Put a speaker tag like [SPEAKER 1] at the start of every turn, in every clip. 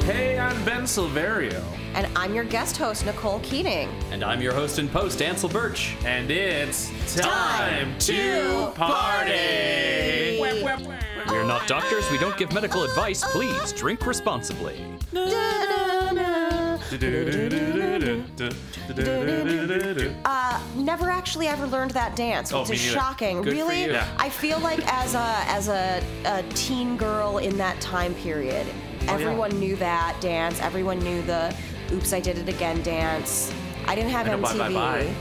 [SPEAKER 1] I'm Ben Silverio,
[SPEAKER 2] And I'm your guest host, Nicole Keating.
[SPEAKER 3] And I'm your host and post, Ansel Birch.
[SPEAKER 1] and it's
[SPEAKER 2] Time to party!
[SPEAKER 3] We're not doctors, we don't give medical advice. Please drink responsibly.
[SPEAKER 2] Uh, never actually ever learned that dance,
[SPEAKER 1] Oh,
[SPEAKER 2] which
[SPEAKER 1] me
[SPEAKER 2] is
[SPEAKER 1] neither.
[SPEAKER 2] shocking.
[SPEAKER 3] Good for
[SPEAKER 2] really,
[SPEAKER 3] you.
[SPEAKER 1] Yeah.
[SPEAKER 2] I feel like as a as a, a teen girl in that time period,
[SPEAKER 3] Oh,
[SPEAKER 2] everyone knew that dance. Everyone knew the "Oops, I Did It Again" dance. I didn't have
[SPEAKER 1] I know Bye
[SPEAKER 2] MTV.
[SPEAKER 1] Bye Bye.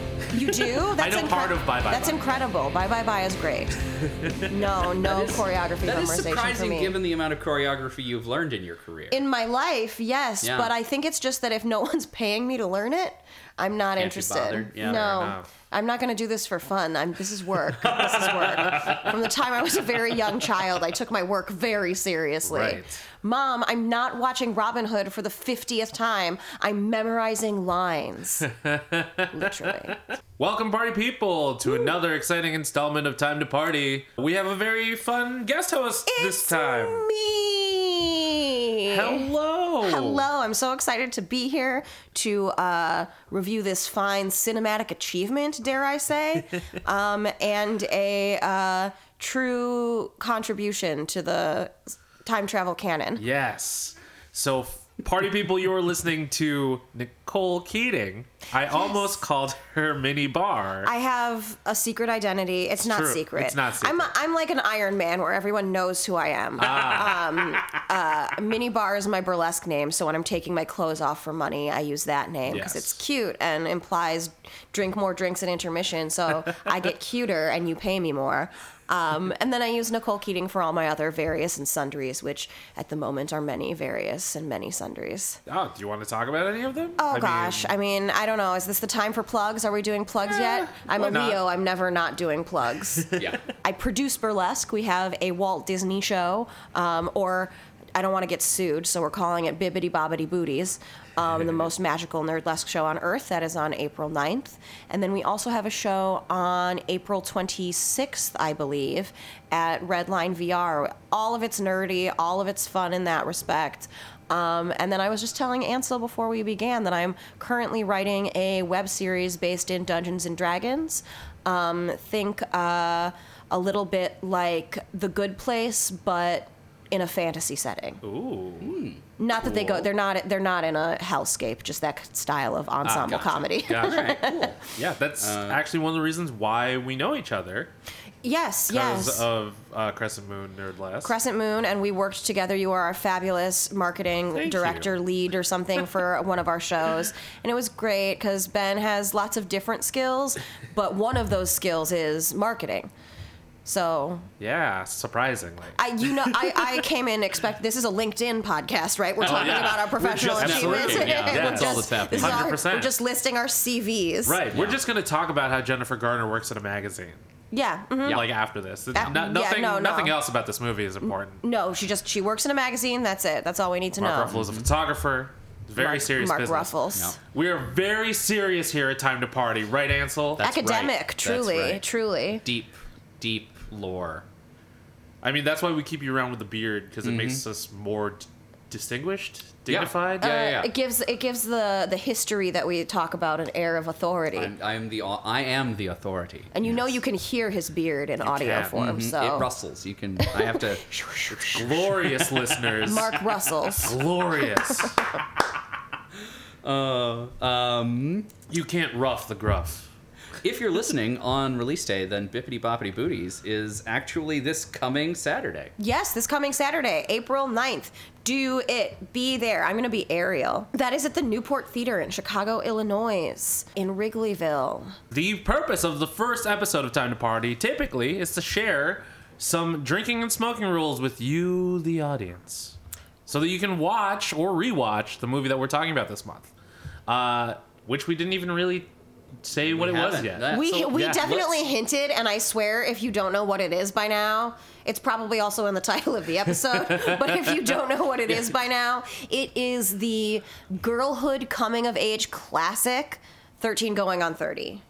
[SPEAKER 2] You do? That's
[SPEAKER 1] know part of Bye Bye
[SPEAKER 2] That's
[SPEAKER 1] Bye.
[SPEAKER 2] incredible. Bye bye bye is great. No, no choreography
[SPEAKER 3] That is
[SPEAKER 2] memorization for
[SPEAKER 3] surprising
[SPEAKER 2] me.
[SPEAKER 3] given the amount of choreography you've learned in your career.
[SPEAKER 2] in my life, yes,
[SPEAKER 3] Yeah.
[SPEAKER 2] but I think it's just that if no one's paying me to learn it, I'm not
[SPEAKER 3] be
[SPEAKER 2] interested.
[SPEAKER 3] bothered. Yeah, fair
[SPEAKER 2] no.
[SPEAKER 1] enough.
[SPEAKER 2] I'm not going to do this for fun. I'm this is work. this is work. From the time I was a very young child, I took my work very seriously.
[SPEAKER 1] Right.
[SPEAKER 2] Mom, I'm not watching Robin Hood for the 50th time. I'm memorizing lines. Literally.
[SPEAKER 1] Welcome, party people, to another exciting installment of Time to Party. We have a very fun guest host this
[SPEAKER 2] It's
[SPEAKER 1] time.
[SPEAKER 2] Me.
[SPEAKER 1] Hello.
[SPEAKER 2] Hello, I'm so excited to be here to uh, review this fine cinematic achievement, dare I say, um, and a uh, true contribution to the time travel canon.
[SPEAKER 1] Yes. So, f- party people, you are listening to Nicole Keating. I almost called her Mini Bar.
[SPEAKER 2] I have a secret identity. It's, not
[SPEAKER 1] true.
[SPEAKER 2] secret.
[SPEAKER 1] It's not
[SPEAKER 2] I'm,
[SPEAKER 1] secret.
[SPEAKER 2] I'm like an Iron Man where everyone knows who I am.
[SPEAKER 1] Ah.
[SPEAKER 2] Um, uh, Mini Bar is my burlesque name, so when I'm taking my clothes off for money, I use that name because
[SPEAKER 1] Yes.
[SPEAKER 2] it's cute and implies drink more drinks at intermission, so I get cuter and you pay me more. Um, and then I use Nicole Keating for all my other various and sundries, which at the moment are many various and many sundries.
[SPEAKER 1] oh, do you want to talk about any of them?
[SPEAKER 2] Oh
[SPEAKER 1] I mean,
[SPEAKER 2] gosh, I mean, I don't know. Is this the time for plugs? Are we doing plugs yet? I'm
[SPEAKER 1] why
[SPEAKER 2] a
[SPEAKER 1] not?
[SPEAKER 2] Leo. I'm never not doing plugs.
[SPEAKER 3] yeah.
[SPEAKER 2] I produce burlesque. We have a Walt Disney show, um, or I don't want to get sued, so we're calling it Bibbidi Bobbidi Booties, um, the most magical nerdlesque show on earth. That is on April 9th. And then we also have a show on April 26th, I believe, at Redline VR. All of it's nerdy, all of it's fun in that respect. Um, and then I was just telling Ansel before we began that I'm currently writing a web series based in Dungeons and Dragons. Um, think uh, a little bit like The Good Place, but in a fantasy setting.
[SPEAKER 1] Ooh.
[SPEAKER 3] Hmm.
[SPEAKER 2] Not that they go; they're not they're not in a hellscape. Just that style of ensemble
[SPEAKER 3] gotcha.
[SPEAKER 2] comedy.
[SPEAKER 1] Ah, Gotcha.
[SPEAKER 3] All right, cool.
[SPEAKER 1] Yeah, that's
[SPEAKER 3] Uh,
[SPEAKER 1] actually one of the reasons why we know each other.
[SPEAKER 2] yes,
[SPEAKER 1] Because
[SPEAKER 2] yes.
[SPEAKER 1] of uh, Crescent Moon Nerdless.
[SPEAKER 2] Crescent Moon, and we worked together. You were our fabulous marketing
[SPEAKER 1] Thank
[SPEAKER 2] director,
[SPEAKER 1] you.
[SPEAKER 2] lead, or something for one of our shows. And it was great because Ben has lots of different skills, but one of those skills is marketing. So
[SPEAKER 1] yeah, surprisingly.
[SPEAKER 2] I, you know, I, I came in expect this is a LinkedIn podcast, right?
[SPEAKER 3] Oh,
[SPEAKER 2] We're talking
[SPEAKER 1] yeah.
[SPEAKER 2] about our
[SPEAKER 1] We're
[SPEAKER 2] professional
[SPEAKER 1] just
[SPEAKER 2] achievements.
[SPEAKER 1] networking, yeah.
[SPEAKER 2] We're
[SPEAKER 1] That's
[SPEAKER 2] just-
[SPEAKER 3] all that's happening.
[SPEAKER 2] this is our-
[SPEAKER 1] 100%.
[SPEAKER 2] We're just listing our CVs.
[SPEAKER 1] right. We're
[SPEAKER 3] Yeah.
[SPEAKER 1] just going to talk about how Jennifer Garner works at a magazine.
[SPEAKER 2] Yeah. mhm.
[SPEAKER 3] Yeah.
[SPEAKER 1] Like after this. It's
[SPEAKER 2] That-
[SPEAKER 1] no-
[SPEAKER 2] yeah,
[SPEAKER 1] nothing,
[SPEAKER 2] no, no.
[SPEAKER 1] nothing else about this movie is important.
[SPEAKER 2] No, she just she works in a magazine. That's it. That's all we need to
[SPEAKER 1] Mark
[SPEAKER 2] know.
[SPEAKER 1] Ruffalo's a photographer. It's very
[SPEAKER 2] Mark,
[SPEAKER 1] serious
[SPEAKER 2] Mark
[SPEAKER 1] business.
[SPEAKER 2] Ruffles.
[SPEAKER 3] No.
[SPEAKER 1] We are very serious here at Time to Party, right, Ansel?
[SPEAKER 3] That's right.
[SPEAKER 2] Academic,
[SPEAKER 3] That's
[SPEAKER 2] truly,
[SPEAKER 3] right.
[SPEAKER 2] truly.
[SPEAKER 3] Deep, deep lore.
[SPEAKER 1] I mean, that's why we keep you around with the beard because it makes us more d- distinguished,
[SPEAKER 3] Mm-hmm. Yeah.
[SPEAKER 1] dignified.
[SPEAKER 3] Yeah.
[SPEAKER 2] Uh, It gives it gives the the history that we talk about an air of authority.
[SPEAKER 3] I'm, I'm the au- I am the authority.
[SPEAKER 2] and you know you can hear his beard in audio
[SPEAKER 1] can.
[SPEAKER 2] form.
[SPEAKER 3] Mhm.
[SPEAKER 2] So
[SPEAKER 3] It rustles. You can. I have to.
[SPEAKER 1] Glorious listeners.
[SPEAKER 2] Mark Russell's.
[SPEAKER 1] Glorious.
[SPEAKER 3] Um,
[SPEAKER 1] You can't rough the gruff.
[SPEAKER 3] if you're listening on release day, then Bippity Boppity Booties is actually this coming Saturday.
[SPEAKER 2] Yes, this coming Saturday, April 9th. Do it. Be there. I'm going to be Ariel. That is at the Newport Theater in Chicago, Illinois, in Wrigleyville.
[SPEAKER 1] The purpose of the first episode of Time to Party typically is to share some drinking and smoking rules with you, the audience, so that you can watch or rewatch the movie that we're talking about this month, uh, which we didn't even really say what it was
[SPEAKER 3] haven't.
[SPEAKER 1] yet.
[SPEAKER 3] That-
[SPEAKER 2] We,
[SPEAKER 3] Uh, So,
[SPEAKER 2] we
[SPEAKER 1] yeah,
[SPEAKER 2] definitely
[SPEAKER 3] let's-
[SPEAKER 2] hinted, and I swear, if you don't know what it is by now, it's probably also in the title of the episode. but if you don't know what it is by now, it is the girlhood coming of age classic, 13 going on 30.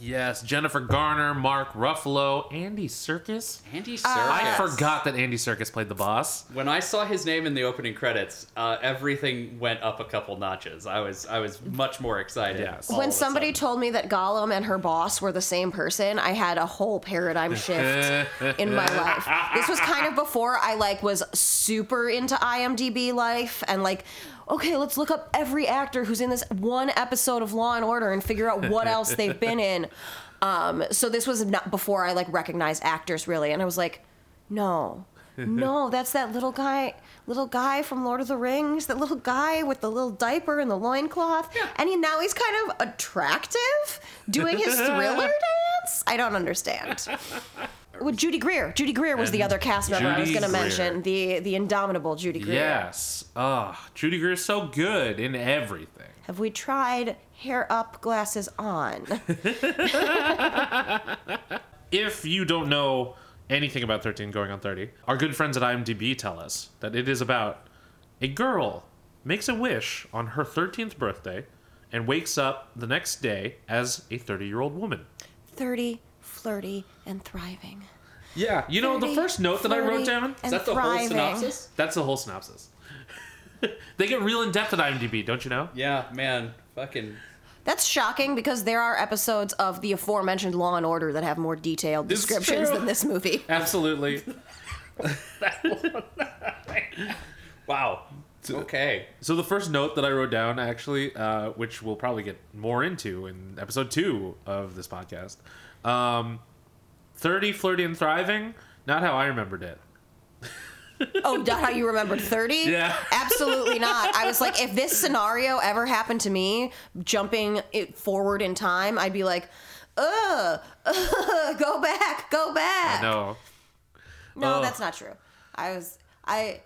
[SPEAKER 1] Yes, Jennifer Garner, Mark Ruffalo, Andy Circus.
[SPEAKER 3] Andy Serkis.
[SPEAKER 2] Ah,
[SPEAKER 1] I forgot that Andy Circus played the boss.
[SPEAKER 3] When I saw his name in the opening credits, uh, everything went up a couple notches. I was I was much more excited.
[SPEAKER 1] Yes.
[SPEAKER 3] all
[SPEAKER 1] All
[SPEAKER 2] when
[SPEAKER 3] of a
[SPEAKER 2] somebody
[SPEAKER 3] sudden.
[SPEAKER 2] told me that Gollum and her boss were the same person, I had a whole paradigm shift in my life. This was kind of before I like was super into IMDb life and like okay, let's look up every actor who's in this one episode of Law and Order and figure out what else they've been in. Um, so this was not before I like recognized actors really and I was like, "No. No, that's that little guy, little guy from Lord of the Rings, that little guy with the little diaper and the loincloth. And he, now he's kind of attractive doing his thriller dance. I don't understand. With Judy Greer. Judy Greer was the
[SPEAKER 1] And
[SPEAKER 2] other cast member I was
[SPEAKER 1] Judy
[SPEAKER 2] going to
[SPEAKER 1] Greer.
[SPEAKER 2] mention. The the indomitable Judy Greer.
[SPEAKER 1] Yes. Ah, Judy Greer's so good in everything.
[SPEAKER 2] Have we tried hair up, glasses on?
[SPEAKER 1] if you don't know anything about 13 going on 30 our good friends at imdb tell us that it is about a girl makes a wish on her 13th birthday and wakes up the next day as a 30 year old woman
[SPEAKER 2] 30, flirty, and thriving.
[SPEAKER 1] yeah you know the
[SPEAKER 2] 30,
[SPEAKER 1] first note that i wrote
[SPEAKER 2] flirty,
[SPEAKER 1] down
[SPEAKER 2] and
[SPEAKER 3] Is that the whole
[SPEAKER 2] thriving.
[SPEAKER 3] synopsis?
[SPEAKER 1] that's the whole synopsis they get real in depth at imdb don't you know
[SPEAKER 3] Yeah, man, fucking.
[SPEAKER 2] That's shocking because there are episodes of the aforementioned Law and Order that have more detailed
[SPEAKER 1] It's
[SPEAKER 2] descriptions
[SPEAKER 1] true.
[SPEAKER 2] than this movie.
[SPEAKER 1] absolutely
[SPEAKER 3] Wow. Okay.
[SPEAKER 1] So the first note that I wrote down, actually, uh, which we'll probably get more into in episode two of this podcast, um, thirty, flirty, and thriving. Not how I remembered it.
[SPEAKER 2] Oh, not how you remembered 30?
[SPEAKER 1] Yeah.
[SPEAKER 2] Absolutely not. I was like, if this scenario ever happened to me, jumping it forward in time, I'd be like, ugh, ugh go back, go back.
[SPEAKER 1] No,
[SPEAKER 2] No,
[SPEAKER 1] Ugh.
[SPEAKER 2] that's not true. I was, I,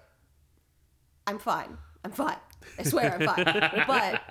[SPEAKER 2] I'm fine. I'm fine. I swear I'm fine. But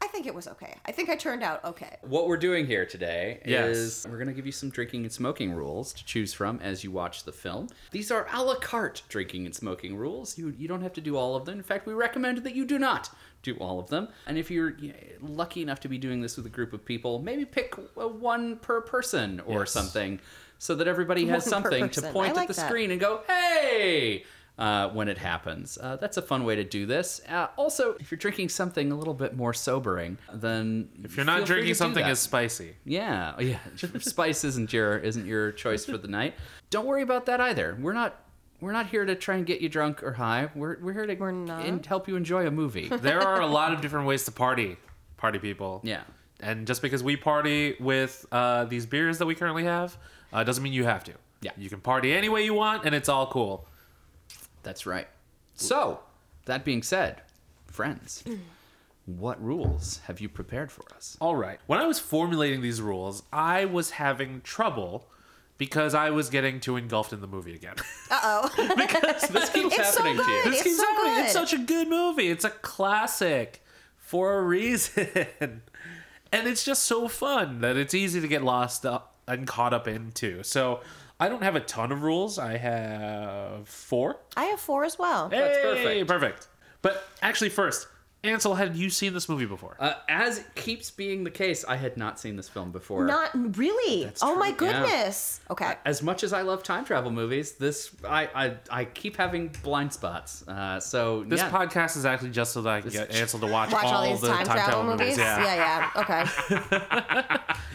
[SPEAKER 2] I think it was okay. I think I turned out okay.
[SPEAKER 3] What we're doing here today
[SPEAKER 1] Yes.
[SPEAKER 3] is we're going to give you some drinking and smoking rules to choose from as you watch the film. These are a la carte drinking and smoking rules. You you don't have to do all of them. In fact, we recommend that you do not do all of them. And if you're yeah, lucky enough to be doing this with a group of people, maybe pick uh, one per person or
[SPEAKER 1] Yes.
[SPEAKER 3] something so that everybody has
[SPEAKER 2] One per
[SPEAKER 3] something to
[SPEAKER 2] person.
[SPEAKER 3] point
[SPEAKER 2] I like
[SPEAKER 3] at the
[SPEAKER 2] that.
[SPEAKER 3] screen screen and go, hey, uh, when it happens. Uh, that's a fun way to do this. Uh, also, if you're drinking something a little bit more sobering, then
[SPEAKER 1] if you're not drinking something as
[SPEAKER 3] as
[SPEAKER 1] spicy,
[SPEAKER 3] yeah, yeah, spice isn't your isn't your choice for the night. Don't worry about that either. We're not. We're not here to try and get you drunk or high. We're, we're here to
[SPEAKER 2] We're not?
[SPEAKER 3] and help you enjoy a movie.
[SPEAKER 1] there are a lot of different ways to party, party people.
[SPEAKER 3] Yeah.
[SPEAKER 1] And just because we party with uh, these beers that we currently have, uh, doesn't mean you have to.
[SPEAKER 3] Yeah.
[SPEAKER 1] You can party any way you want, and it's all cool.
[SPEAKER 3] That's right. So, that being said, friends,
[SPEAKER 2] Mm.
[SPEAKER 3] what rules have you prepared for us?
[SPEAKER 1] All right. When I was formulating these rules, I was having trouble because I was getting too engulfed in the movie again.
[SPEAKER 2] Uh oh.
[SPEAKER 1] because this keeps
[SPEAKER 2] It's so
[SPEAKER 3] happening to you?
[SPEAKER 2] good.
[SPEAKER 1] this
[SPEAKER 2] It's
[SPEAKER 1] keeps
[SPEAKER 2] so
[SPEAKER 1] happening.
[SPEAKER 2] good.
[SPEAKER 1] It's such a good movie. It's a classic for a reason. And it's just so fun that it's easy to get lost up and caught up into. So I don't have a ton of rules. I have four.
[SPEAKER 2] I have four as well.
[SPEAKER 3] That's
[SPEAKER 1] Hey,
[SPEAKER 3] perfect.
[SPEAKER 1] Perfect. But actually, first, Ansel, had you seen this movie before?
[SPEAKER 3] Uh, as keeps being the case, I had not seen this film before.
[SPEAKER 2] Not really. oh
[SPEAKER 3] true,
[SPEAKER 2] my
[SPEAKER 3] yeah.
[SPEAKER 2] goodness. Okay.
[SPEAKER 3] as much as I love time travel movies, this I I, I keep having blind spots. Uh, so
[SPEAKER 1] This
[SPEAKER 3] yeah.
[SPEAKER 1] podcast is actually just so that I can get Ansel to watch,
[SPEAKER 2] Watch
[SPEAKER 1] all,
[SPEAKER 2] all, these
[SPEAKER 1] the
[SPEAKER 2] time, travel movies.
[SPEAKER 1] Yeah.
[SPEAKER 2] yeah, yeah. Okay.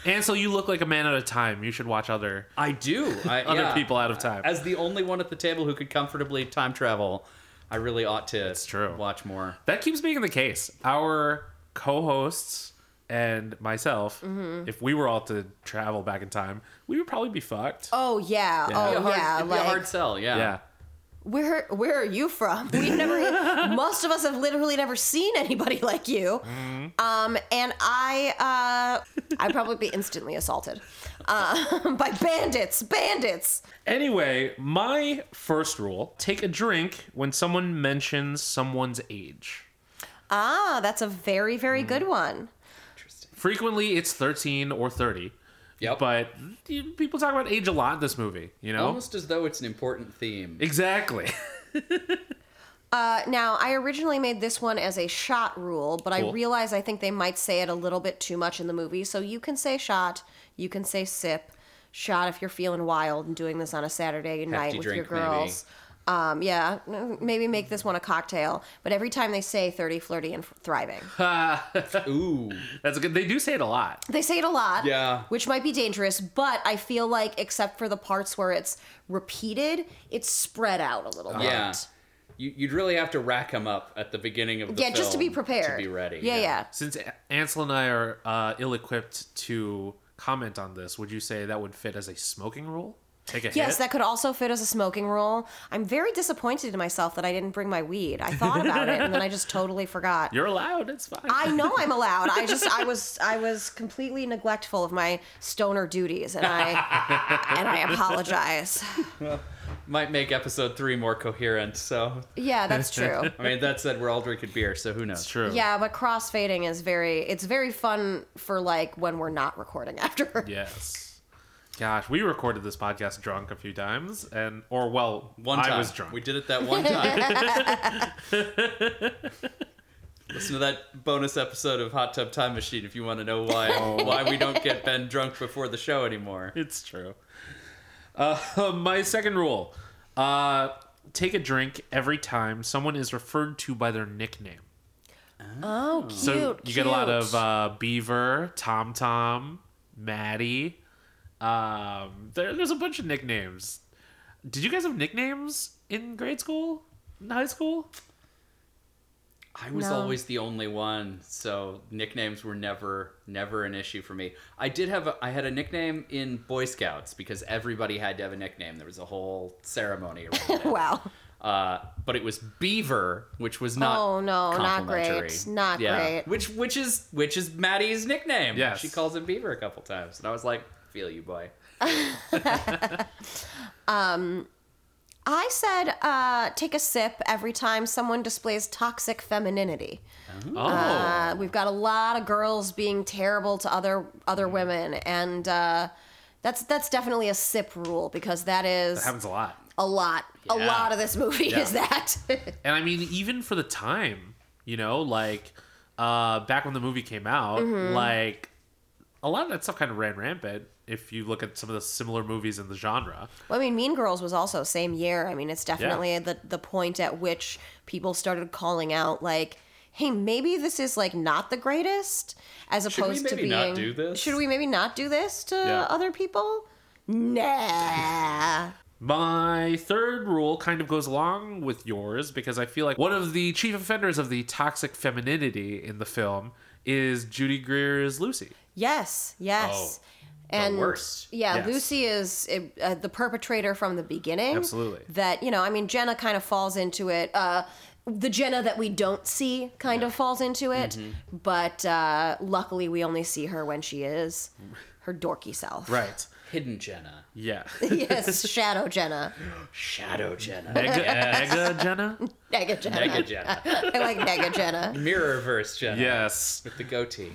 [SPEAKER 1] Ansel, you look like a man out of time. You should watch other
[SPEAKER 3] I do I,
[SPEAKER 1] other
[SPEAKER 3] yeah.
[SPEAKER 1] people out of time.
[SPEAKER 3] As the only one at the table who could comfortably time travel, I really ought to. It's
[SPEAKER 1] true.
[SPEAKER 3] Watch more.
[SPEAKER 1] that keeps being the case. Our co-hosts and myself,
[SPEAKER 3] Mm-hmm.
[SPEAKER 1] if we were all to travel back in time, we would probably be fucked.
[SPEAKER 2] Oh yeah.
[SPEAKER 1] Yeah.
[SPEAKER 2] Oh
[SPEAKER 3] It'd be a hard,
[SPEAKER 2] yeah.
[SPEAKER 3] it'd be a
[SPEAKER 2] Like
[SPEAKER 3] hard sell. Yeah.
[SPEAKER 1] Yeah.
[SPEAKER 2] where where are you from? We've never most of us have literally never seen anybody like you. Um and I uh I'd probably be instantly assaulted. Uh, by bandits. Bandits.
[SPEAKER 1] Anyway, my first rule: take a drink when someone mentions someone's age.
[SPEAKER 2] Ah, that's a very, very good one.
[SPEAKER 3] Interesting.
[SPEAKER 1] Frequently, it's thirteen or thirty.
[SPEAKER 3] Yep.
[SPEAKER 1] But you- people talk about age a lot in this movie. You know.
[SPEAKER 3] almost as though it's an important theme.
[SPEAKER 1] Exactly.
[SPEAKER 2] Uh, now, I originally made this one as a shot rule, but I
[SPEAKER 1] Cool.
[SPEAKER 2] realize I think they might say it a little bit too much in the movie. So you can say shot, you can say sip, shot if you're feeling wild and doing this on a Saturday night with your
[SPEAKER 3] drink, maybe.
[SPEAKER 2] girls. Um, yeah, m- maybe make this one a cocktail. But every time they say 30, flirty, and thriving,
[SPEAKER 3] Ooh.
[SPEAKER 1] That's good. They do say it a lot.
[SPEAKER 2] they say it a lot.
[SPEAKER 3] Yeah.
[SPEAKER 2] Which might be dangerous, but I feel like, except for the parts where it's repeated, it's spread out a little bit.
[SPEAKER 3] Uh-huh. Yeah. You, you'd really have to rack them up at the beginning of the
[SPEAKER 2] Yeah, just to be
[SPEAKER 3] film
[SPEAKER 2] prepared.
[SPEAKER 3] To be ready.
[SPEAKER 2] Yeah, yeah.
[SPEAKER 1] Since A- Ansel and I are uh, ill-equipped to comment on this, would you say that would fit as a smoking rule? Take a
[SPEAKER 2] Yes,
[SPEAKER 1] hit.
[SPEAKER 2] that could also fit as a smoking rule. I'm very disappointed in myself that I didn't bring my weed. I thought about it and then I just totally forgot.
[SPEAKER 1] You're allowed. It's fine.
[SPEAKER 2] I know I'm allowed. I just I was I was completely neglectful of my stoner duties and I and I apologize.
[SPEAKER 3] Might make episode three more coherent. So,
[SPEAKER 2] Yeah, that's true.
[SPEAKER 3] I mean, that said, we're all drinking beer, so who knows?
[SPEAKER 1] It's true.
[SPEAKER 2] Yeah, but crossfading is very it's very fun for like when we're not recording after.
[SPEAKER 1] Yes. Gosh, we recorded this podcast drunk a few times, and or well,
[SPEAKER 3] One
[SPEAKER 1] I
[SPEAKER 3] time.
[SPEAKER 1] was drunk.
[SPEAKER 3] We did it that one time. Listen to that bonus episode of Hot Tub Time Machine if you want to know why
[SPEAKER 1] Oh.
[SPEAKER 3] why we don't get Ben drunk before the show anymore.
[SPEAKER 1] It's true. Uh, my second rule: uh, take a drink every time someone is referred to by their nickname.
[SPEAKER 2] Oh, cute.
[SPEAKER 1] So you get a lot
[SPEAKER 2] cute.
[SPEAKER 1] of uh, Beaver, Tom Tom, Maddie. Um, there, there's a bunch of nicknames. Did you guys have nicknames in grade school, in high school?
[SPEAKER 3] I was
[SPEAKER 2] No.
[SPEAKER 3] always the only one, so nicknames were never never an issue for me. I did have a, I had a nickname in Boy Scouts because everybody had to have a nickname. There was a whole ceremony around it.
[SPEAKER 2] Wow.
[SPEAKER 3] Uh, but it was Beaver, which was not.
[SPEAKER 2] Oh, no, not great.
[SPEAKER 3] complimentary.
[SPEAKER 2] Not great.
[SPEAKER 3] Which which is which is Maddie's nickname.
[SPEAKER 1] Yes.
[SPEAKER 3] she calls him Beaver a couple times, and I was like, "Feel you, boy."
[SPEAKER 2] I said uh, take a sip every time someone displays toxic femininity.
[SPEAKER 1] Oh,
[SPEAKER 2] Uh, we've got a lot of girls being terrible to other
[SPEAKER 1] Mm.
[SPEAKER 2] other women, and uh, that's that's definitely a sip rule because that
[SPEAKER 1] that
[SPEAKER 2] is
[SPEAKER 1] happens a lot.
[SPEAKER 2] a lot. A
[SPEAKER 3] Yeah.
[SPEAKER 2] lot of this movie is that.
[SPEAKER 1] And I mean, even for the time, you know, like uh, back when the movie came out, like a lot of that stuff kind of ran rampant. If you look at some of the similar movies in the genre,
[SPEAKER 2] well, I mean, Mean Girls was also same year. I mean, it's definitely the the point at which people started calling out like. Hey, maybe this is like not the greatest, as
[SPEAKER 3] we
[SPEAKER 2] opposed to
[SPEAKER 3] maybe
[SPEAKER 2] being.
[SPEAKER 3] not do this?
[SPEAKER 2] Should we maybe not do this to
[SPEAKER 1] Yeah.
[SPEAKER 2] other people? Nah.
[SPEAKER 1] my third rule kind of goes along with yours because I feel like one of the chief offenders of the toxic femininity in the film is Judy Greer's Lucy.
[SPEAKER 2] Yes, yes.
[SPEAKER 3] Oh, the
[SPEAKER 2] and
[SPEAKER 3] worst.
[SPEAKER 2] yeah,
[SPEAKER 1] Yes.
[SPEAKER 2] Lucy is uh, the perpetrator from the beginning.
[SPEAKER 1] Absolutely.
[SPEAKER 2] That, you know, I mean, Jenna kind of falls into it. Uh, the Jenna that we don't see kind of falls into it.
[SPEAKER 3] Mm-hmm.
[SPEAKER 2] But uh, luckily, we only see her when she is her dorky self.
[SPEAKER 1] Right.
[SPEAKER 3] Hidden Jenna,
[SPEAKER 1] Yeah.
[SPEAKER 2] yes, Shadow Jenna.
[SPEAKER 3] Shadow Jenna,
[SPEAKER 1] Mega, mega Jenna?
[SPEAKER 2] Nega Jenna.
[SPEAKER 3] Mega Jenna,
[SPEAKER 2] I like Nega Jenna.
[SPEAKER 3] Mirrorverse Jenna.
[SPEAKER 1] Yes.
[SPEAKER 3] with the goatee.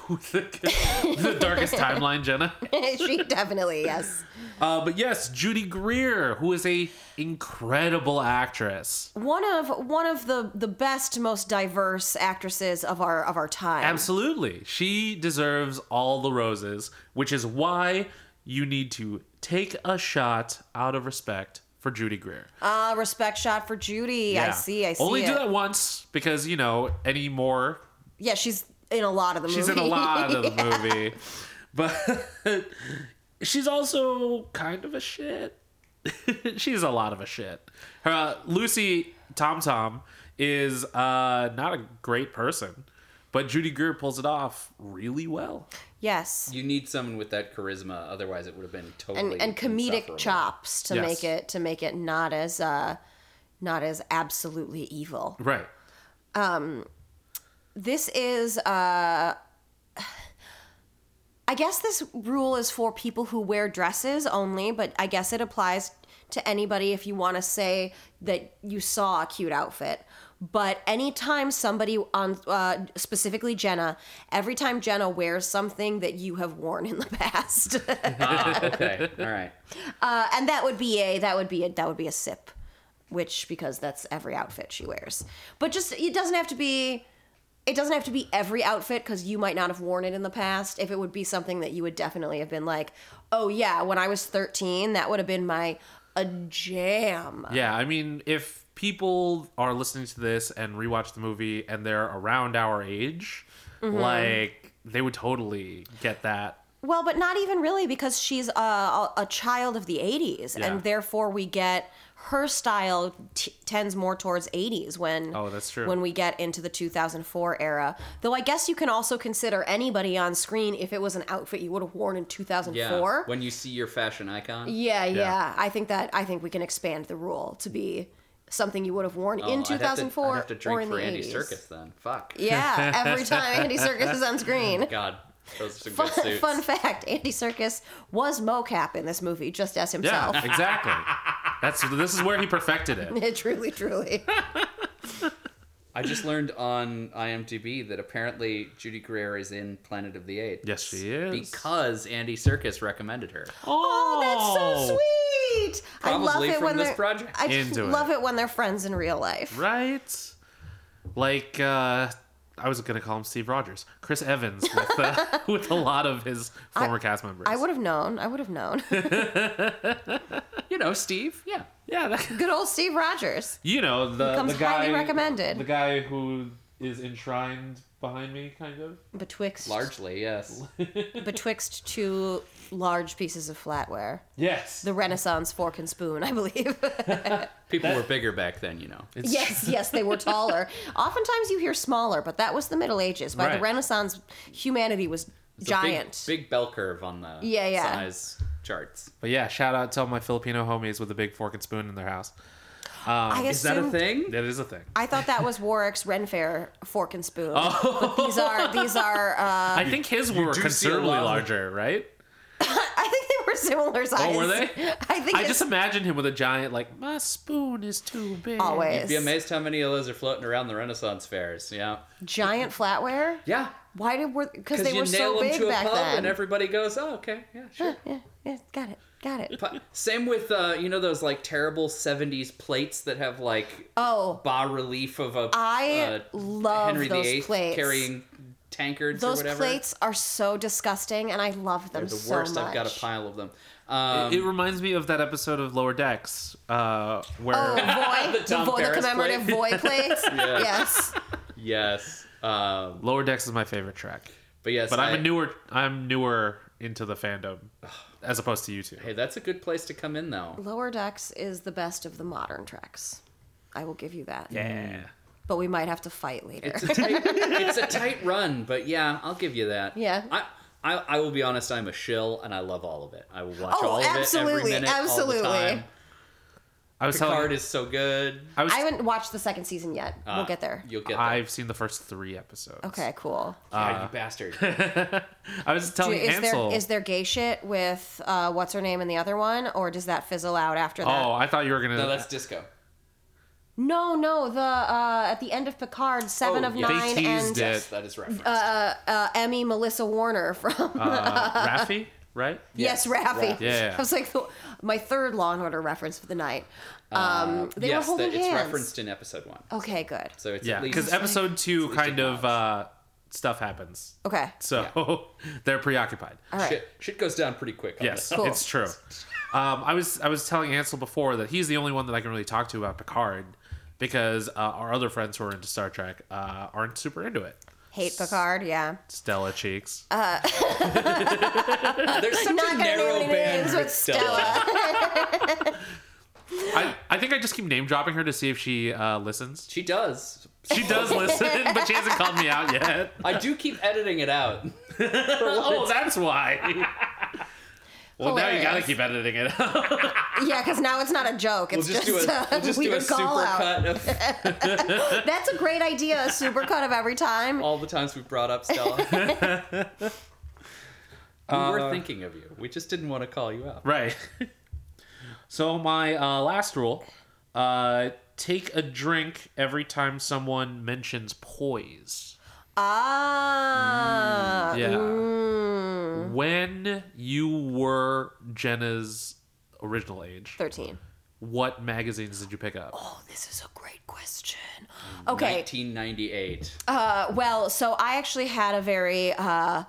[SPEAKER 1] the darkest timeline, Jenna.
[SPEAKER 2] she definitely, yes.
[SPEAKER 1] Uh, but yes, Judy Greer, who is a incredible actress.
[SPEAKER 2] One of one of the the best, most diverse actresses of our of our time.
[SPEAKER 1] Absolutely. She deserves all the roses, which is why you need to take a shot out of respect for Judy Greer.
[SPEAKER 2] Ah, respect shot for Judy. I
[SPEAKER 1] Yeah.
[SPEAKER 2] see. I see.
[SPEAKER 1] Only
[SPEAKER 2] it.
[SPEAKER 1] do that once because, you know, any more
[SPEAKER 2] Yeah, she's in a lot of the
[SPEAKER 1] She's
[SPEAKER 2] movie.
[SPEAKER 1] in a lot of the movie. But she's also kind of a shit. she's a lot of a shit. Her, uh, Lucy Tom Tom is uh, not a great person, but Judy Greer pulls it off really well.
[SPEAKER 2] yes,
[SPEAKER 3] You need someone with that charisma, otherwise it would have been totally
[SPEAKER 2] and and comedic
[SPEAKER 3] insufferable.
[SPEAKER 2] chops to
[SPEAKER 1] Yes.
[SPEAKER 2] make it to make it not as uh, not as absolutely evil.
[SPEAKER 1] Right.
[SPEAKER 2] This is uh, I guess this rule is for people who wear dresses only, but I guess it applies to anybody if you want to say that you saw a cute outfit. But anytime somebody on, uh, specifically Jenna, every time Jenna wears something that you have worn in the past,
[SPEAKER 3] Ah, okay, all right.
[SPEAKER 2] uh, and that would be a that would be a that would be a sip which because that's every outfit she wears. But just it doesn't have to be it doesn't have to be every outfit because you might not have worn it in the past. If it would be something that you would definitely have been like, oh yeah, when I was 13, that would have been my a jam.
[SPEAKER 1] Yeah, I mean, if people are listening to this and rewatch the movie and they're around our age,
[SPEAKER 2] Mm-hmm.
[SPEAKER 1] like they would totally get that.
[SPEAKER 2] Well, but not even really because she's a, a a child of the 80s
[SPEAKER 1] Yeah.
[SPEAKER 2] and therefore we get her style t- tends more towards 80s when
[SPEAKER 1] Oh, that's true.
[SPEAKER 2] when we get into the 2004 era. Though I guess you can also consider anybody on screen if it was an outfit you would have worn in 2004.
[SPEAKER 3] Yeah. When you see your fashion icon.
[SPEAKER 2] Yeah, yeah, I think that I think we can expand the rule to be something you would have worn
[SPEAKER 3] Oh,
[SPEAKER 2] in
[SPEAKER 3] I'd have to-
[SPEAKER 2] 2004
[SPEAKER 3] I'd have to drink
[SPEAKER 2] or in
[SPEAKER 3] for
[SPEAKER 2] the
[SPEAKER 3] Andy
[SPEAKER 2] 80s.
[SPEAKER 3] Circus then. Fuck.
[SPEAKER 2] Yeah, every time Andy Circus is on screen.
[SPEAKER 3] God, those are some
[SPEAKER 2] Fun,
[SPEAKER 3] good suits.
[SPEAKER 2] fun fact: Andy Circus was mocap in this movie, just
[SPEAKER 1] Yeah,
[SPEAKER 2] as himself.
[SPEAKER 1] exactly. That's this is where he perfected it.
[SPEAKER 2] truly, truly.
[SPEAKER 3] I just learned on IMDb that apparently Judy Greer is in Planet of the Apes.
[SPEAKER 1] Yes, she is.
[SPEAKER 3] Because Andy Circus recommended her.
[SPEAKER 2] Oh, that's so sweet. I love
[SPEAKER 3] Probably
[SPEAKER 2] it
[SPEAKER 3] from
[SPEAKER 2] when
[SPEAKER 3] this
[SPEAKER 2] they're.
[SPEAKER 3] project.
[SPEAKER 2] I just
[SPEAKER 1] Into
[SPEAKER 2] love
[SPEAKER 1] it.
[SPEAKER 2] it when they're friends in real life.
[SPEAKER 1] Right? Like uh I was gonna call him Steve Rogers, Chris Evans, with, uh, with a lot of his former cast members.
[SPEAKER 2] I would have known. I would have known.
[SPEAKER 3] You know, Steve. Yeah.
[SPEAKER 1] yeah, that,
[SPEAKER 2] Good old Steve Rogers.
[SPEAKER 1] you know the
[SPEAKER 2] Becomes
[SPEAKER 1] the guy
[SPEAKER 2] highly recommended.
[SPEAKER 1] the guy who is enshrined behind me, kind of.
[SPEAKER 2] Betwixt
[SPEAKER 3] Largely, yes.
[SPEAKER 2] betwixt two large pieces of flatware.
[SPEAKER 1] Yes,
[SPEAKER 2] The Renaissance fork and spoon, I believe.
[SPEAKER 3] People were bigger back then, you know.
[SPEAKER 1] It's-
[SPEAKER 2] yes, yes, they were taller. Oftentimes you hear smaller, but that was the Middle Ages. By
[SPEAKER 1] Right.
[SPEAKER 2] the Renaissance, humanity was
[SPEAKER 3] It's a big-
[SPEAKER 2] giant.
[SPEAKER 3] Big, bell curve on the
[SPEAKER 2] Yeah, yeah.
[SPEAKER 3] size charts.
[SPEAKER 1] But yeah, shout out to all my Filipino homies with a big fork and spoon in their house. Um,
[SPEAKER 2] I
[SPEAKER 3] Is that a
[SPEAKER 2] assumed-
[SPEAKER 3] thing?
[SPEAKER 1] That is a thing.
[SPEAKER 2] I thought that was Warwick's Ren Fair fork and spoon.
[SPEAKER 3] Oh.
[SPEAKER 2] But these are these are. Uh,
[SPEAKER 1] I think his were
[SPEAKER 3] do see a
[SPEAKER 1] considerably
[SPEAKER 3] lot of-
[SPEAKER 1] larger, right?
[SPEAKER 2] I think they were
[SPEAKER 3] Oh,
[SPEAKER 2] similar size.
[SPEAKER 1] were they?
[SPEAKER 2] I think
[SPEAKER 1] I
[SPEAKER 2] it's
[SPEAKER 1] just imagined him with a giant like my spoon is too big.
[SPEAKER 2] always
[SPEAKER 3] Be amazed how many of those are floating around the Renaissance fairs. Yeah.
[SPEAKER 2] giant flatware.
[SPEAKER 3] Yeah.
[SPEAKER 2] Why did we? Because
[SPEAKER 3] Because
[SPEAKER 2] they
[SPEAKER 3] you
[SPEAKER 2] were
[SPEAKER 3] nail
[SPEAKER 2] so
[SPEAKER 3] them
[SPEAKER 2] big
[SPEAKER 3] to a
[SPEAKER 2] back
[SPEAKER 3] pub
[SPEAKER 2] then.
[SPEAKER 3] and everybody goes, oh, okay. Yeah, sure.
[SPEAKER 2] yeah, yeah, got it, got it.
[SPEAKER 3] Pu- Same with, uh, you know, those like terrible 70s plates that have like
[SPEAKER 2] Oh,
[SPEAKER 3] bas relief of a
[SPEAKER 2] I
[SPEAKER 3] uh,
[SPEAKER 2] love
[SPEAKER 3] Henry
[SPEAKER 2] those
[SPEAKER 3] VIII
[SPEAKER 2] plates.
[SPEAKER 3] carrying tankards
[SPEAKER 2] Those
[SPEAKER 3] or whatever.
[SPEAKER 2] plates are so disgusting, and I love them
[SPEAKER 3] They're the
[SPEAKER 2] so
[SPEAKER 3] worst.
[SPEAKER 2] much.
[SPEAKER 3] I've got a pile of them. Um,
[SPEAKER 1] it reminds me of that episode of Lower Decks uh, where
[SPEAKER 2] Oh, voy, the,
[SPEAKER 3] Tom
[SPEAKER 2] voy- the
[SPEAKER 3] Paris
[SPEAKER 2] commemorative voy plates. yes.
[SPEAKER 3] yes. Um,
[SPEAKER 1] Lower Decks is my favorite track.
[SPEAKER 3] but yes.
[SPEAKER 1] But I, am
[SPEAKER 3] I-
[SPEAKER 1] a newer I'm newer into the fandom as opposed to you two.
[SPEAKER 3] Hey, that's a good place to come in, though.
[SPEAKER 2] Lower Decks is the best of the modern treks. I will give you that.
[SPEAKER 1] Yeah.
[SPEAKER 2] But we might have to fight later.
[SPEAKER 3] It's a tight, it's a tight run, but yeah, I'll give you that.
[SPEAKER 2] Yeah.
[SPEAKER 3] I, I, I will be honest. I'm a shill, and I love all of it. I will watch
[SPEAKER 2] Oh,
[SPEAKER 3] all of it every
[SPEAKER 2] absolutely,
[SPEAKER 3] minute,
[SPEAKER 2] absolutely.
[SPEAKER 3] all the time.
[SPEAKER 1] I was
[SPEAKER 3] Picard
[SPEAKER 1] telling
[SPEAKER 3] is so good.
[SPEAKER 1] I was
[SPEAKER 2] I haven't watched the second season yet.
[SPEAKER 3] Ah,
[SPEAKER 2] we'll get there.
[SPEAKER 3] You'll get there.
[SPEAKER 1] I've seen the first 3 episodes.
[SPEAKER 2] Okay, cool.
[SPEAKER 3] God,
[SPEAKER 1] uh,
[SPEAKER 3] you bastard.
[SPEAKER 1] I was
[SPEAKER 2] Do-
[SPEAKER 1] telling
[SPEAKER 2] is
[SPEAKER 1] Ansel
[SPEAKER 2] there is there gay shit with uh, what's her name in the other one, or does that fizzle out after that?
[SPEAKER 1] Oh, I thought you were going
[SPEAKER 3] No,
[SPEAKER 1] to
[SPEAKER 3] that's disco.
[SPEAKER 2] No, no. The uh, at the end of Picard, seven
[SPEAKER 3] Oh,
[SPEAKER 2] of
[SPEAKER 3] yeah. They
[SPEAKER 2] nine,
[SPEAKER 1] teased
[SPEAKER 2] and
[SPEAKER 1] it.
[SPEAKER 3] Yes, that is referenced.
[SPEAKER 2] uh, Emmy Melissa Warner from
[SPEAKER 1] uh, Raffi, right?
[SPEAKER 2] Yes,
[SPEAKER 3] Yes,
[SPEAKER 2] Raffi.
[SPEAKER 3] Raffi.
[SPEAKER 1] Yeah.
[SPEAKER 2] I was like, the, my third Law and Order reference for the night. Um, they
[SPEAKER 3] Uh, yes,
[SPEAKER 2] were holding
[SPEAKER 3] that, it's
[SPEAKER 2] hands. Oh.
[SPEAKER 3] referenced in episode one.
[SPEAKER 2] Okay, good.
[SPEAKER 3] So it's
[SPEAKER 1] Yeah,
[SPEAKER 3] at least
[SPEAKER 1] because episode two
[SPEAKER 3] least
[SPEAKER 1] kind of uh,
[SPEAKER 3] acknowledged.
[SPEAKER 1] stuff happens,
[SPEAKER 2] Okay.
[SPEAKER 1] so they're preoccupied.
[SPEAKER 2] All right.
[SPEAKER 3] shit, shit goes down pretty quick. On
[SPEAKER 1] Yes,
[SPEAKER 3] this.
[SPEAKER 2] Cool.
[SPEAKER 1] it's true. Um, I was I was telling Ansel before that he's the only one that I can really talk to about Picard because uh, our other friends who are into Star Trek uh, aren't super into it.
[SPEAKER 2] Hate Picard, yeah.
[SPEAKER 1] Stella cheeks.
[SPEAKER 3] There's such
[SPEAKER 2] Not
[SPEAKER 3] a
[SPEAKER 2] gonna
[SPEAKER 3] narrow
[SPEAKER 2] name any
[SPEAKER 3] band
[SPEAKER 2] names
[SPEAKER 3] with
[SPEAKER 2] with
[SPEAKER 3] Stella.
[SPEAKER 1] I, I think I just keep name dropping her to see if she uh, listens.
[SPEAKER 3] She does.
[SPEAKER 1] She does listen, but she hasn't called me out yet.
[SPEAKER 3] I do keep editing it out.
[SPEAKER 1] Oh, that's why. Well, now you gotta
[SPEAKER 2] Hilarious.
[SPEAKER 1] keep editing it.
[SPEAKER 2] Yeah, because now it's not a joke.
[SPEAKER 3] We'll
[SPEAKER 2] It's
[SPEAKER 3] just, do
[SPEAKER 2] just,
[SPEAKER 3] a, we'll just do a
[SPEAKER 2] weird
[SPEAKER 3] super
[SPEAKER 2] call out.
[SPEAKER 3] cut of
[SPEAKER 2] That's a great idea, a super cut of every time.
[SPEAKER 3] all the times we've brought up Stella. we
[SPEAKER 1] Uh,
[SPEAKER 3] were thinking of you. We just didn't want to call you out.
[SPEAKER 1] Right. so my uh, last rule: uh, take a drink every time someone mentions poise.
[SPEAKER 2] Ah.
[SPEAKER 1] Yeah.
[SPEAKER 2] mm,
[SPEAKER 1] When you were Jenna's original age,
[SPEAKER 2] 13.
[SPEAKER 1] what magazines did you pick up?
[SPEAKER 2] Oh, this is a great question. Okay.
[SPEAKER 3] 1998.
[SPEAKER 2] Uh, well, so I actually had a very. Uh,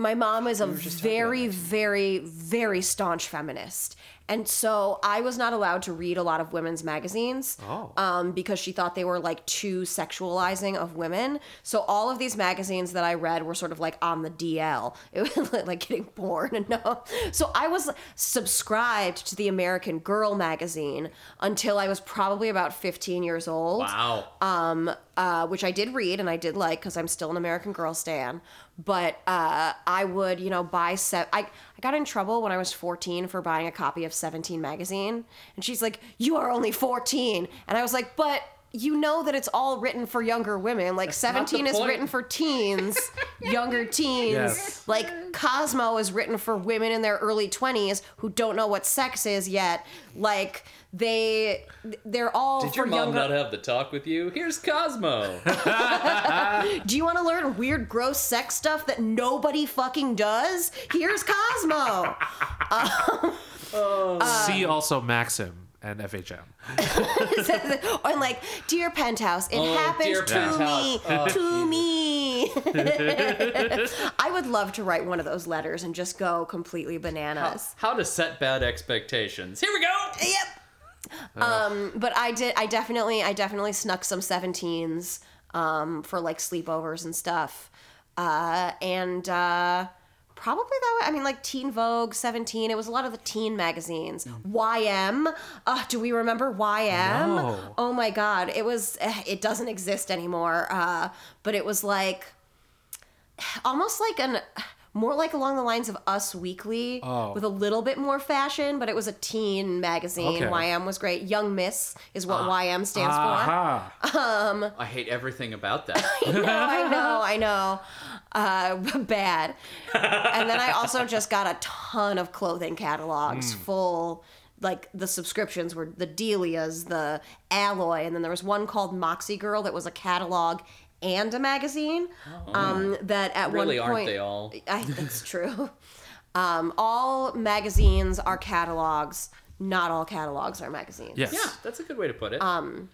[SPEAKER 2] my mom is a very, very, very staunch feminist. And so I was not allowed to read a lot of women's magazines
[SPEAKER 1] Oh.
[SPEAKER 2] um, because she thought they were like too sexualizing of women. So all of these magazines that I read were sort of like on the DL, it was like getting porn and no. So I was subscribed to the American Girl magazine until I was probably about 15 years old
[SPEAKER 3] Wow.
[SPEAKER 2] uh, which I did read and I did like because I'm still an American Girl stan. But uh, I would, you know, buy set. I I got in trouble when I was 14 for buying a copy of Seventeen magazine, and she's like, "You are only 14," and I was like, "But." You know that it's all written for younger women. Like
[SPEAKER 3] not the
[SPEAKER 2] 17 is
[SPEAKER 3] point.
[SPEAKER 2] written for teens, younger teens.
[SPEAKER 1] Yes.
[SPEAKER 2] Like Cosmo is written for women in their early 20s who don't know what sex is yet. Like they they're all
[SPEAKER 3] Did
[SPEAKER 2] for
[SPEAKER 3] your mom
[SPEAKER 2] younger
[SPEAKER 3] not have the talk with you? Here's Cosmo.
[SPEAKER 2] Do you want to learn weird, gross sex stuff that nobody fucking does? Here's Cosmo.
[SPEAKER 1] See also Maxim and FHM.
[SPEAKER 2] and like, dear penthouse, it
[SPEAKER 3] Oh,
[SPEAKER 2] happened
[SPEAKER 3] dear
[SPEAKER 2] to me,
[SPEAKER 3] Penthouse. Oh,
[SPEAKER 2] to me. I would love to write one of those letters and just go completely bananas.
[SPEAKER 3] How to set bad expectations. Here we go.
[SPEAKER 2] Yep. Um, but I did. I definitely, I definitely snuck some seventeens um, for like sleepovers and stuff, uh, and uh, probably that. wa- I mean, like Teen Vogue, Seventeen. It was a lot of the teen magazines. YM. Uh, do we remember YM?
[SPEAKER 1] No.
[SPEAKER 2] Oh my God! It was. eh, It doesn't exist anymore. Uh, but it was like almost like an more like along the lines of Us Weekly
[SPEAKER 1] Oh.
[SPEAKER 2] with a little bit more fashion, but it was a teen magazine.
[SPEAKER 1] Okay.
[SPEAKER 2] YM was great. Young Miss is what
[SPEAKER 3] Ah.
[SPEAKER 2] YM stands
[SPEAKER 1] Aha.
[SPEAKER 2] Uh,
[SPEAKER 3] I hate everything about that.
[SPEAKER 2] for. No, I know, I know. Uh, bad. And then I also just got a ton of clothing catalogs
[SPEAKER 3] Hmm.
[SPEAKER 2] full. Like the subscriptions were the Delias, the Alloy, and then there was one called Moxie Girl that was a catalog and a magazine. Um, that at
[SPEAKER 3] Oh. really,
[SPEAKER 2] one
[SPEAKER 3] aren't
[SPEAKER 2] point,
[SPEAKER 3] they all?
[SPEAKER 2] I, it's true. Um, all magazines are catalogs. Not all catalogs are magazines.
[SPEAKER 1] Yes.
[SPEAKER 3] Yeah, that's a good way to put it. Um,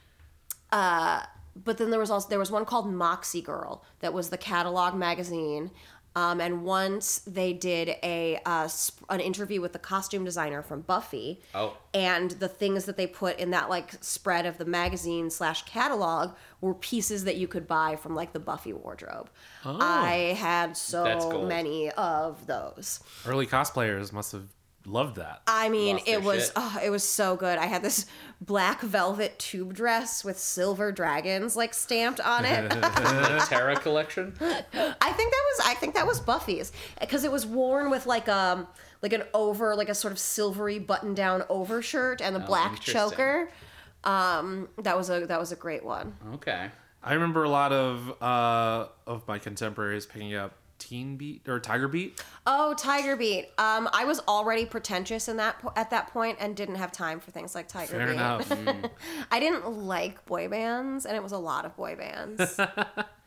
[SPEAKER 2] But then there was also there was one called Moxie Girl that was the catalog magazine. Um, and once they did a uh, sp- an interview with the costume designer from Buffy.
[SPEAKER 3] Oh.
[SPEAKER 2] And the things that they put in that like spread of the magazine slash catalog were pieces that you could buy from like the Buffy wardrobe. I had
[SPEAKER 3] Oh. That's
[SPEAKER 2] so
[SPEAKER 3] gold.
[SPEAKER 2] many of those.
[SPEAKER 1] Early cosplayers must have loved that.
[SPEAKER 2] I mean,
[SPEAKER 3] Lost their
[SPEAKER 2] it was
[SPEAKER 3] shit.
[SPEAKER 2] oh, it was so good. I had this black velvet tube dress with silver dragons like stamped on it.
[SPEAKER 3] the Terra collection.
[SPEAKER 2] I think that was I think that was Buffy's because it was worn with like um like an over like a sort of silvery button down overshirt and the
[SPEAKER 1] Oh,
[SPEAKER 2] black
[SPEAKER 3] interesting.
[SPEAKER 2] choker. Um, that was a that was a great one.
[SPEAKER 3] Okay.
[SPEAKER 1] I remember a lot of uh, of my contemporaries picking up Teen Beat or Tiger Beat.
[SPEAKER 2] Oh, Tiger Beat. Um, I was already pretentious in that po- at that point and didn't have time for things like Tiger
[SPEAKER 1] Fair
[SPEAKER 2] Beat.
[SPEAKER 1] enough.
[SPEAKER 2] I didn't like boy bands, and it was a lot of boy bands.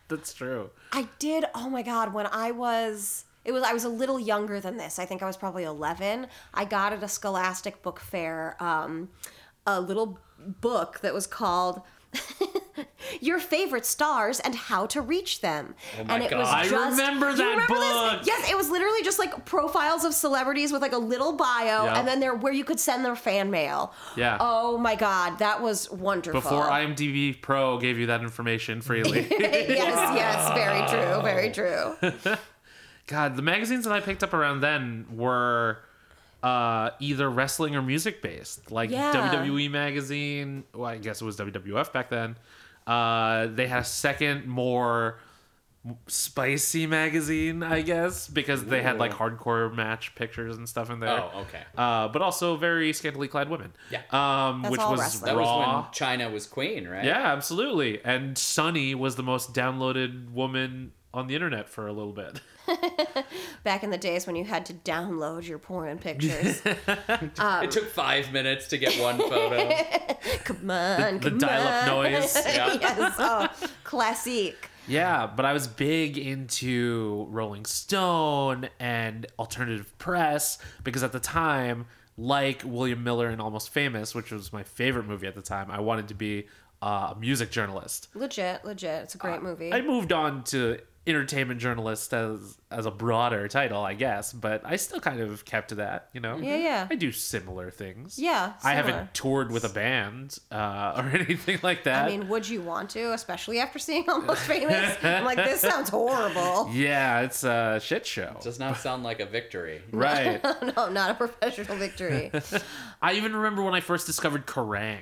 [SPEAKER 1] That's true.
[SPEAKER 2] I did. Oh my god, when I was it was I was a little younger than this. I think I was probably 11. I got at a Scholastic book fair um a little book that was called Your favorite stars and how to reach them. Oh
[SPEAKER 3] my
[SPEAKER 2] and it was
[SPEAKER 3] God. I
[SPEAKER 2] just,
[SPEAKER 1] remember
[SPEAKER 2] You
[SPEAKER 1] that
[SPEAKER 2] this?
[SPEAKER 1] book.
[SPEAKER 2] Yes, it was literally just like profiles of celebrities with like a little bio
[SPEAKER 1] Yeah.
[SPEAKER 2] and then there where you could send their fan mail.
[SPEAKER 1] Yeah.
[SPEAKER 2] Oh my god, that was wonderful.
[SPEAKER 1] Before IMDb Pro gave you that information freely.
[SPEAKER 2] yes, yes, very true, very true.
[SPEAKER 1] God, the magazines that I picked up around then were uh, either wrestling or music based, like
[SPEAKER 2] Yeah.
[SPEAKER 1] WWE magazine. Well, I guess it was WWF back then. Uh, they had a second, more spicy magazine, I guess, because they had like
[SPEAKER 3] Ooh.
[SPEAKER 1] hardcore match pictures and stuff in there.
[SPEAKER 3] Oh, okay.
[SPEAKER 1] Uh, but also very scantily clad women.
[SPEAKER 3] Yeah.
[SPEAKER 1] Um,
[SPEAKER 2] That's
[SPEAKER 1] which
[SPEAKER 2] all
[SPEAKER 1] was
[SPEAKER 2] wrestling.
[SPEAKER 3] That
[SPEAKER 1] raw.
[SPEAKER 3] was when China was queen, right?
[SPEAKER 1] Yeah, absolutely. And Sunny was the most downloaded woman on the internet for a little bit.
[SPEAKER 2] back in the days when you had to download your porn pictures.
[SPEAKER 3] It took five minutes to get one photo.
[SPEAKER 2] come on,
[SPEAKER 1] The
[SPEAKER 2] come
[SPEAKER 1] dial-up
[SPEAKER 2] on.
[SPEAKER 1] noise.
[SPEAKER 3] Yeah.
[SPEAKER 2] yes, oh, classic.
[SPEAKER 1] Yeah, but I was big into Rolling Stone and alternative press because at the time like William Miller in Almost Famous, which was my favorite movie at the time, I wanted to be uh, a music journalist.
[SPEAKER 2] Legit, legit. It's a
[SPEAKER 1] Uh,
[SPEAKER 2] great movie.
[SPEAKER 1] I moved on to entertainment journalist as as a broader title, I guess, but I still kind of kept to that, you know.
[SPEAKER 2] Yeah, yeah.
[SPEAKER 1] I do similar things.
[SPEAKER 2] Yeah,
[SPEAKER 1] I
[SPEAKER 2] similar.
[SPEAKER 1] haven't toured with a band uh, or anything like that.
[SPEAKER 2] I mean, would you want to, especially after seeing Almost Famous? I'm like, this sounds horrible.
[SPEAKER 1] yeah, it's a shit show.
[SPEAKER 3] Does not sound like a victory.
[SPEAKER 1] right.
[SPEAKER 2] no, not a professional victory.
[SPEAKER 1] I even remember when I first discovered Kerrang.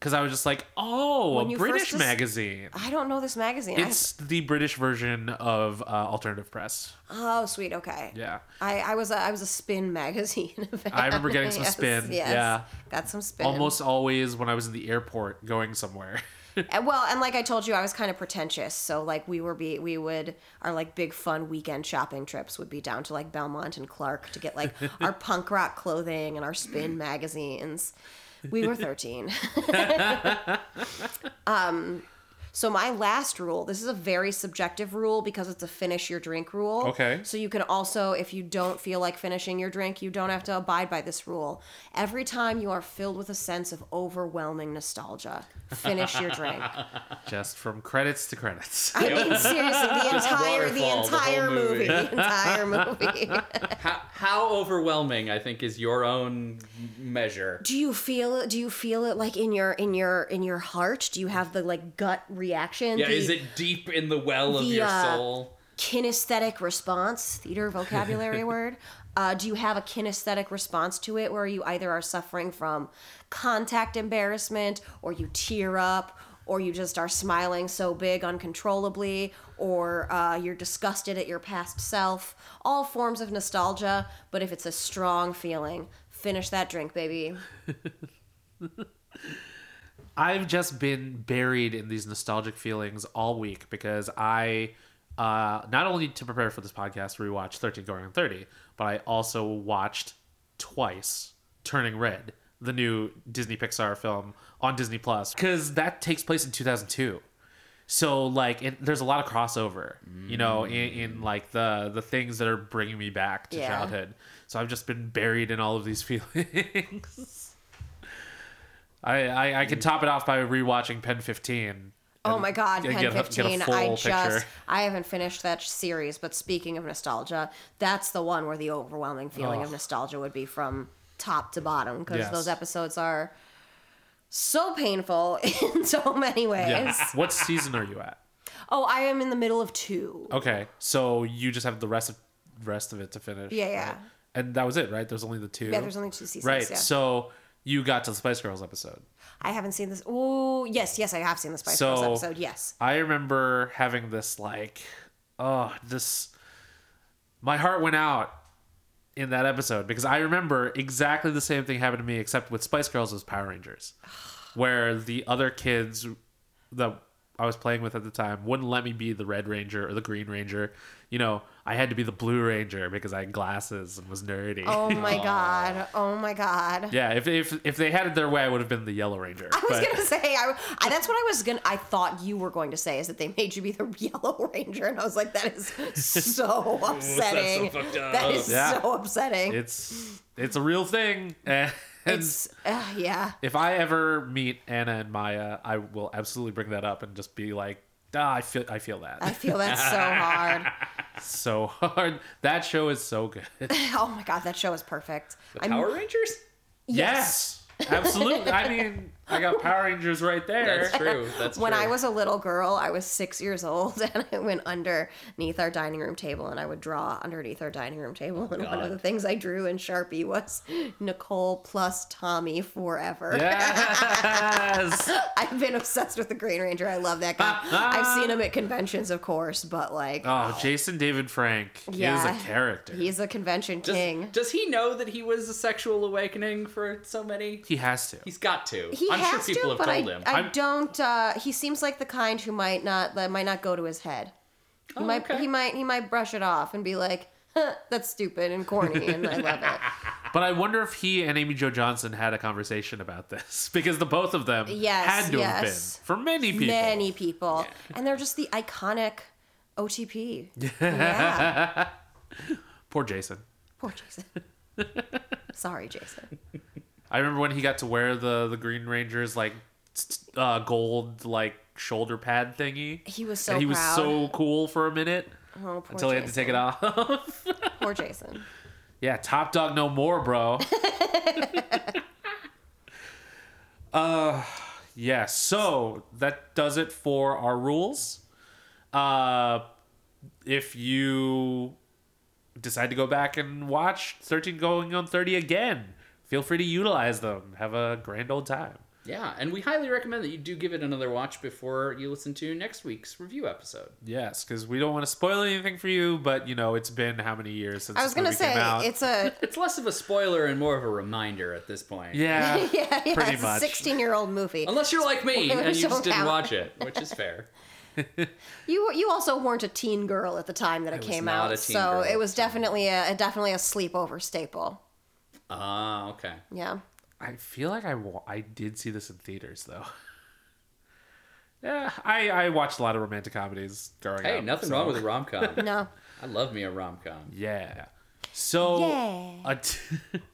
[SPEAKER 1] Because I was just like, oh,
[SPEAKER 2] When
[SPEAKER 1] a
[SPEAKER 2] you
[SPEAKER 1] British
[SPEAKER 2] first dis- Oh,
[SPEAKER 1] magazine.
[SPEAKER 2] I don't know this magazine. I-
[SPEAKER 1] It's the British version of uh, alternative press.
[SPEAKER 2] oh, sweet. Okay.
[SPEAKER 1] Yeah.
[SPEAKER 2] I, I was a, I was a Spin magazine. Fan.
[SPEAKER 1] I remember getting some Spin, yeah.
[SPEAKER 2] Got some Spin.
[SPEAKER 1] Almost always when I was in the airport going somewhere.
[SPEAKER 2] And, Uh, well, and like I told you, I was kind of pretentious. So like we were be we would our like big fun weekend shopping trips would be down to like Belmont and Clark to get like our punk rock clothing and our spin magazines. We were thirteen. um so my last rule, this is a very subjective rule because it's a finish your drink rule.
[SPEAKER 1] Okay.
[SPEAKER 2] So you can also, if you don't feel like finishing your drink, you don't have to abide by this rule. Every time you are filled with a sense of overwhelming nostalgia, finish your drink.
[SPEAKER 1] just from credits to credits.
[SPEAKER 2] I mean, seriously, the entire, the
[SPEAKER 3] waterfall, the whole
[SPEAKER 2] entire movie,
[SPEAKER 3] movie.
[SPEAKER 2] the entire movie.
[SPEAKER 3] How, how overwhelming, I think, is your own measure.
[SPEAKER 2] do you feel it? Do you feel it like in your in your in your heart? Do you have the like gut reaction?
[SPEAKER 3] Yeah,
[SPEAKER 2] the
[SPEAKER 3] is it deep in the well of
[SPEAKER 2] the,
[SPEAKER 3] your
[SPEAKER 2] uh,
[SPEAKER 3] soul?
[SPEAKER 2] kinesthetic response? Theater vocabulary word. Uh, do you have a kinesthetic response to it, where you either are suffering from contact embarrassment, or you tear up, or you just are smiling so big uncontrollably, or uh, you're disgusted at your past self? All forms of nostalgia, but if it's a strong feeling, finish that drink, baby.
[SPEAKER 1] I've just been buried in these nostalgic feelings all week because I uh, not only to prepare for this podcast rewatched 13 Going on 30, but I also watched twice Turning Red, the new Disney Pixar film on Disney Plus, because that takes place in 2002. So like, it, there's a lot of crossover, you know, in, in like the the things that are bringing me back to
[SPEAKER 2] Yeah.
[SPEAKER 1] childhood. So I've just been buried in all of these feelings. I, I I could top it off by rewatching Pen Fifteen.
[SPEAKER 2] Oh
[SPEAKER 1] and-
[SPEAKER 2] my God,
[SPEAKER 1] and
[SPEAKER 2] Pen
[SPEAKER 1] get a- get a
[SPEAKER 2] 15.
[SPEAKER 1] full
[SPEAKER 2] I just,
[SPEAKER 1] picture.
[SPEAKER 2] I haven't finished that series, but speaking of nostalgia, that's the one where the overwhelming feeling of
[SPEAKER 1] Ugh.
[SPEAKER 2] nostalgia would be from top to bottom because
[SPEAKER 1] Yes.
[SPEAKER 2] those episodes are so painful in so many ways.
[SPEAKER 1] Yeah. what season are you at?
[SPEAKER 2] Oh, I am in the middle of two.
[SPEAKER 1] Okay, so you just have the rest of rest of it to finish.
[SPEAKER 2] Yeah, yeah.
[SPEAKER 1] right? And that was it, right? There's only the two.
[SPEAKER 2] Yeah, there's only two seasons.
[SPEAKER 1] right.
[SPEAKER 2] Yeah.
[SPEAKER 1] So you got to the Spice Girls episode.
[SPEAKER 2] I haven't seen this. Oh, yes, yes, I have seen the Spice
[SPEAKER 1] So-
[SPEAKER 2] Girls episode. Yes.
[SPEAKER 1] I remember having this like, oh, this. My heart went out in that episode because I remember exactly the same thing happened to me, except with Spice Girls as Power Rangers, where the other kids that I was playing with at the time wouldn't let me be the Red Ranger or the Green Ranger. You know, I had to be the Blue Ranger because I had glasses and was nerdy.
[SPEAKER 2] Oh my God. Oh my God.
[SPEAKER 1] Yeah, if, if if they had it their way, I would have been the Yellow Ranger.
[SPEAKER 2] I was
[SPEAKER 1] but-
[SPEAKER 2] gonna say I, I- that's what I was gonna I thought you were going to say is that they made you be the yellow ranger and I was like that is so upsetting
[SPEAKER 3] fucked up.
[SPEAKER 2] that is
[SPEAKER 1] Yeah.
[SPEAKER 2] so upsetting
[SPEAKER 1] it's it's a real thing. And
[SPEAKER 2] it's uh, yeah
[SPEAKER 1] if I ever meet Anna and Maya, I will absolutely bring that up and just be like, ah, I feel I feel that
[SPEAKER 2] I feel that so hard
[SPEAKER 1] so hard. That show is so good. yes.
[SPEAKER 2] oh my god that show is perfect
[SPEAKER 3] The
[SPEAKER 2] I'm-
[SPEAKER 3] Power Rangers?
[SPEAKER 1] Absolutely. I mean, I got Power Rangers right there.
[SPEAKER 3] That's true. That's
[SPEAKER 2] when
[SPEAKER 3] true.
[SPEAKER 2] I was a little girl, I was six years old, and I went underneath our dining room table, and I would draw underneath our dining room table. And one of
[SPEAKER 3] Oh God.
[SPEAKER 2] the things I drew in Sharpie was Nicole plus Tommy forever.
[SPEAKER 1] Yes.
[SPEAKER 2] I've been obsessed with the Green Ranger. I love that guy. I've seen him at conventions, of course, but like,
[SPEAKER 1] Oh, Jason David Frank
[SPEAKER 2] Yeah.
[SPEAKER 1] is a character.
[SPEAKER 2] he's a convention
[SPEAKER 3] does,
[SPEAKER 2] king.
[SPEAKER 3] does he know that he was a sexual awakening for so many?
[SPEAKER 1] he has to.
[SPEAKER 3] He's got to.
[SPEAKER 2] He
[SPEAKER 3] I'm
[SPEAKER 2] has
[SPEAKER 3] sure people
[SPEAKER 2] to,
[SPEAKER 3] have
[SPEAKER 2] but I,
[SPEAKER 3] told him.
[SPEAKER 2] I
[SPEAKER 1] I'm-
[SPEAKER 2] don't. Uh, he seems like the kind who might not that might not go to his head. He
[SPEAKER 3] Oh,
[SPEAKER 2] might
[SPEAKER 3] okay.
[SPEAKER 2] he might he might brush it off and be like, huh, "That's stupid and corny," and I love it.
[SPEAKER 1] But I wonder if he and Amy Jo Johnson had a conversation about this because the both of them
[SPEAKER 2] Yes,
[SPEAKER 1] had to have
[SPEAKER 2] yes.
[SPEAKER 1] been for many people.
[SPEAKER 2] Many people, and they're just the iconic OTP. Yeah,
[SPEAKER 1] Poor Jason.
[SPEAKER 2] poor Jason. Sorry, Jason.
[SPEAKER 1] I remember when he got to wear the the Green Ranger's like s- uh, gold like shoulder pad thingy.
[SPEAKER 2] He was so
[SPEAKER 1] and he was
[SPEAKER 2] proud.
[SPEAKER 1] so cool for a minute
[SPEAKER 2] Oh, poor
[SPEAKER 1] until he had to take it off.
[SPEAKER 2] Poor Jason.
[SPEAKER 1] yeah, top dog no more, bro. uh, Uh, yeah. So that does it for our rules. Uh, if you decide to go back and watch 13 going on 30 again, feel free to utilize them. Have a grand old time.
[SPEAKER 3] Yeah, and we highly recommend that you do give it another watch before you listen to next week's review episode.
[SPEAKER 1] Yes, because we don't want to spoil anything for you, but you know it's been how many years since
[SPEAKER 2] I
[SPEAKER 1] this
[SPEAKER 2] was gonna
[SPEAKER 1] movie came
[SPEAKER 2] say
[SPEAKER 1] out?
[SPEAKER 2] it's a
[SPEAKER 3] It's less of a spoiler and more of a reminder at this point.
[SPEAKER 1] yeah,
[SPEAKER 2] yeah, yeah
[SPEAKER 1] pretty
[SPEAKER 2] it's
[SPEAKER 1] much.
[SPEAKER 2] a 16 year old movie.
[SPEAKER 3] Unless you're like me and you
[SPEAKER 2] Spoilers
[SPEAKER 3] just
[SPEAKER 2] don't
[SPEAKER 3] didn't
[SPEAKER 2] count.
[SPEAKER 3] watch it, which is fair.
[SPEAKER 2] You you also weren't a teen girl at the time that it
[SPEAKER 3] was
[SPEAKER 2] came
[SPEAKER 3] not
[SPEAKER 2] out,
[SPEAKER 3] a teen
[SPEAKER 2] so
[SPEAKER 3] girl.
[SPEAKER 2] it was definitely a, a- definitely a sleepover staple.
[SPEAKER 3] Ah, okay.
[SPEAKER 2] Yeah,
[SPEAKER 1] I feel like I wa- I did see this in theaters though. Yeah, I I watched a lot of romantic comedies growing up.
[SPEAKER 3] Hey, nothing wrong with a rom com.
[SPEAKER 2] no,
[SPEAKER 3] I love me a rom com.
[SPEAKER 1] Yeah. So
[SPEAKER 2] Yeah.
[SPEAKER 1] unt-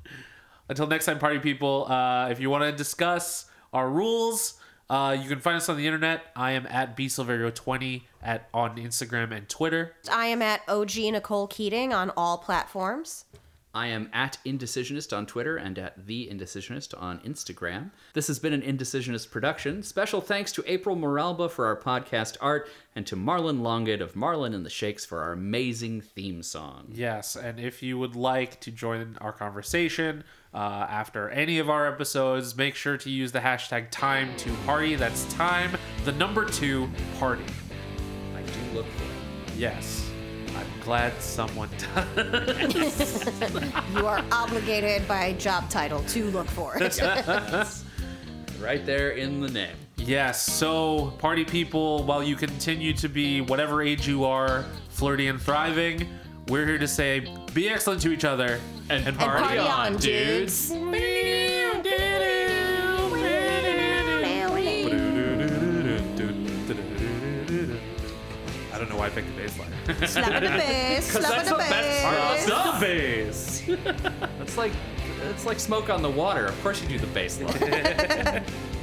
[SPEAKER 1] until next time, party people. Uh, if you want to discuss our rules, uh, you can find us on the internet. I am at bsilverio twenty at on Instagram and Twitter.
[SPEAKER 2] I am at OG Nicole Keating on all platforms.
[SPEAKER 3] I am at Indecisionist on Twitter and at The Indecisionist on Instagram. This has been an Indecisionist production. Special thanks to April Moralba for our podcast art and to Marlon Longhead of Marlon and the Shakes for our amazing theme song.
[SPEAKER 1] Yes, and if you would like to join our conversation uh, after any of our episodes, make sure to use the hashtag time to party. That's time, the number two party.
[SPEAKER 3] I do look for it.
[SPEAKER 1] Yes, I'm glad someone does.
[SPEAKER 2] You are obligated by job title to look for it.
[SPEAKER 3] Right there in the name.
[SPEAKER 1] Yes, so party people, while you continue to be whatever age you are, flirty and thriving, we're here to say be excellent to each other and,
[SPEAKER 2] party on,
[SPEAKER 1] I don't know why I picked the bass line.
[SPEAKER 2] Slap in the face, slap in the face.
[SPEAKER 1] the bass.
[SPEAKER 3] It's like it's like smoke on the water. Of course you do the baseline.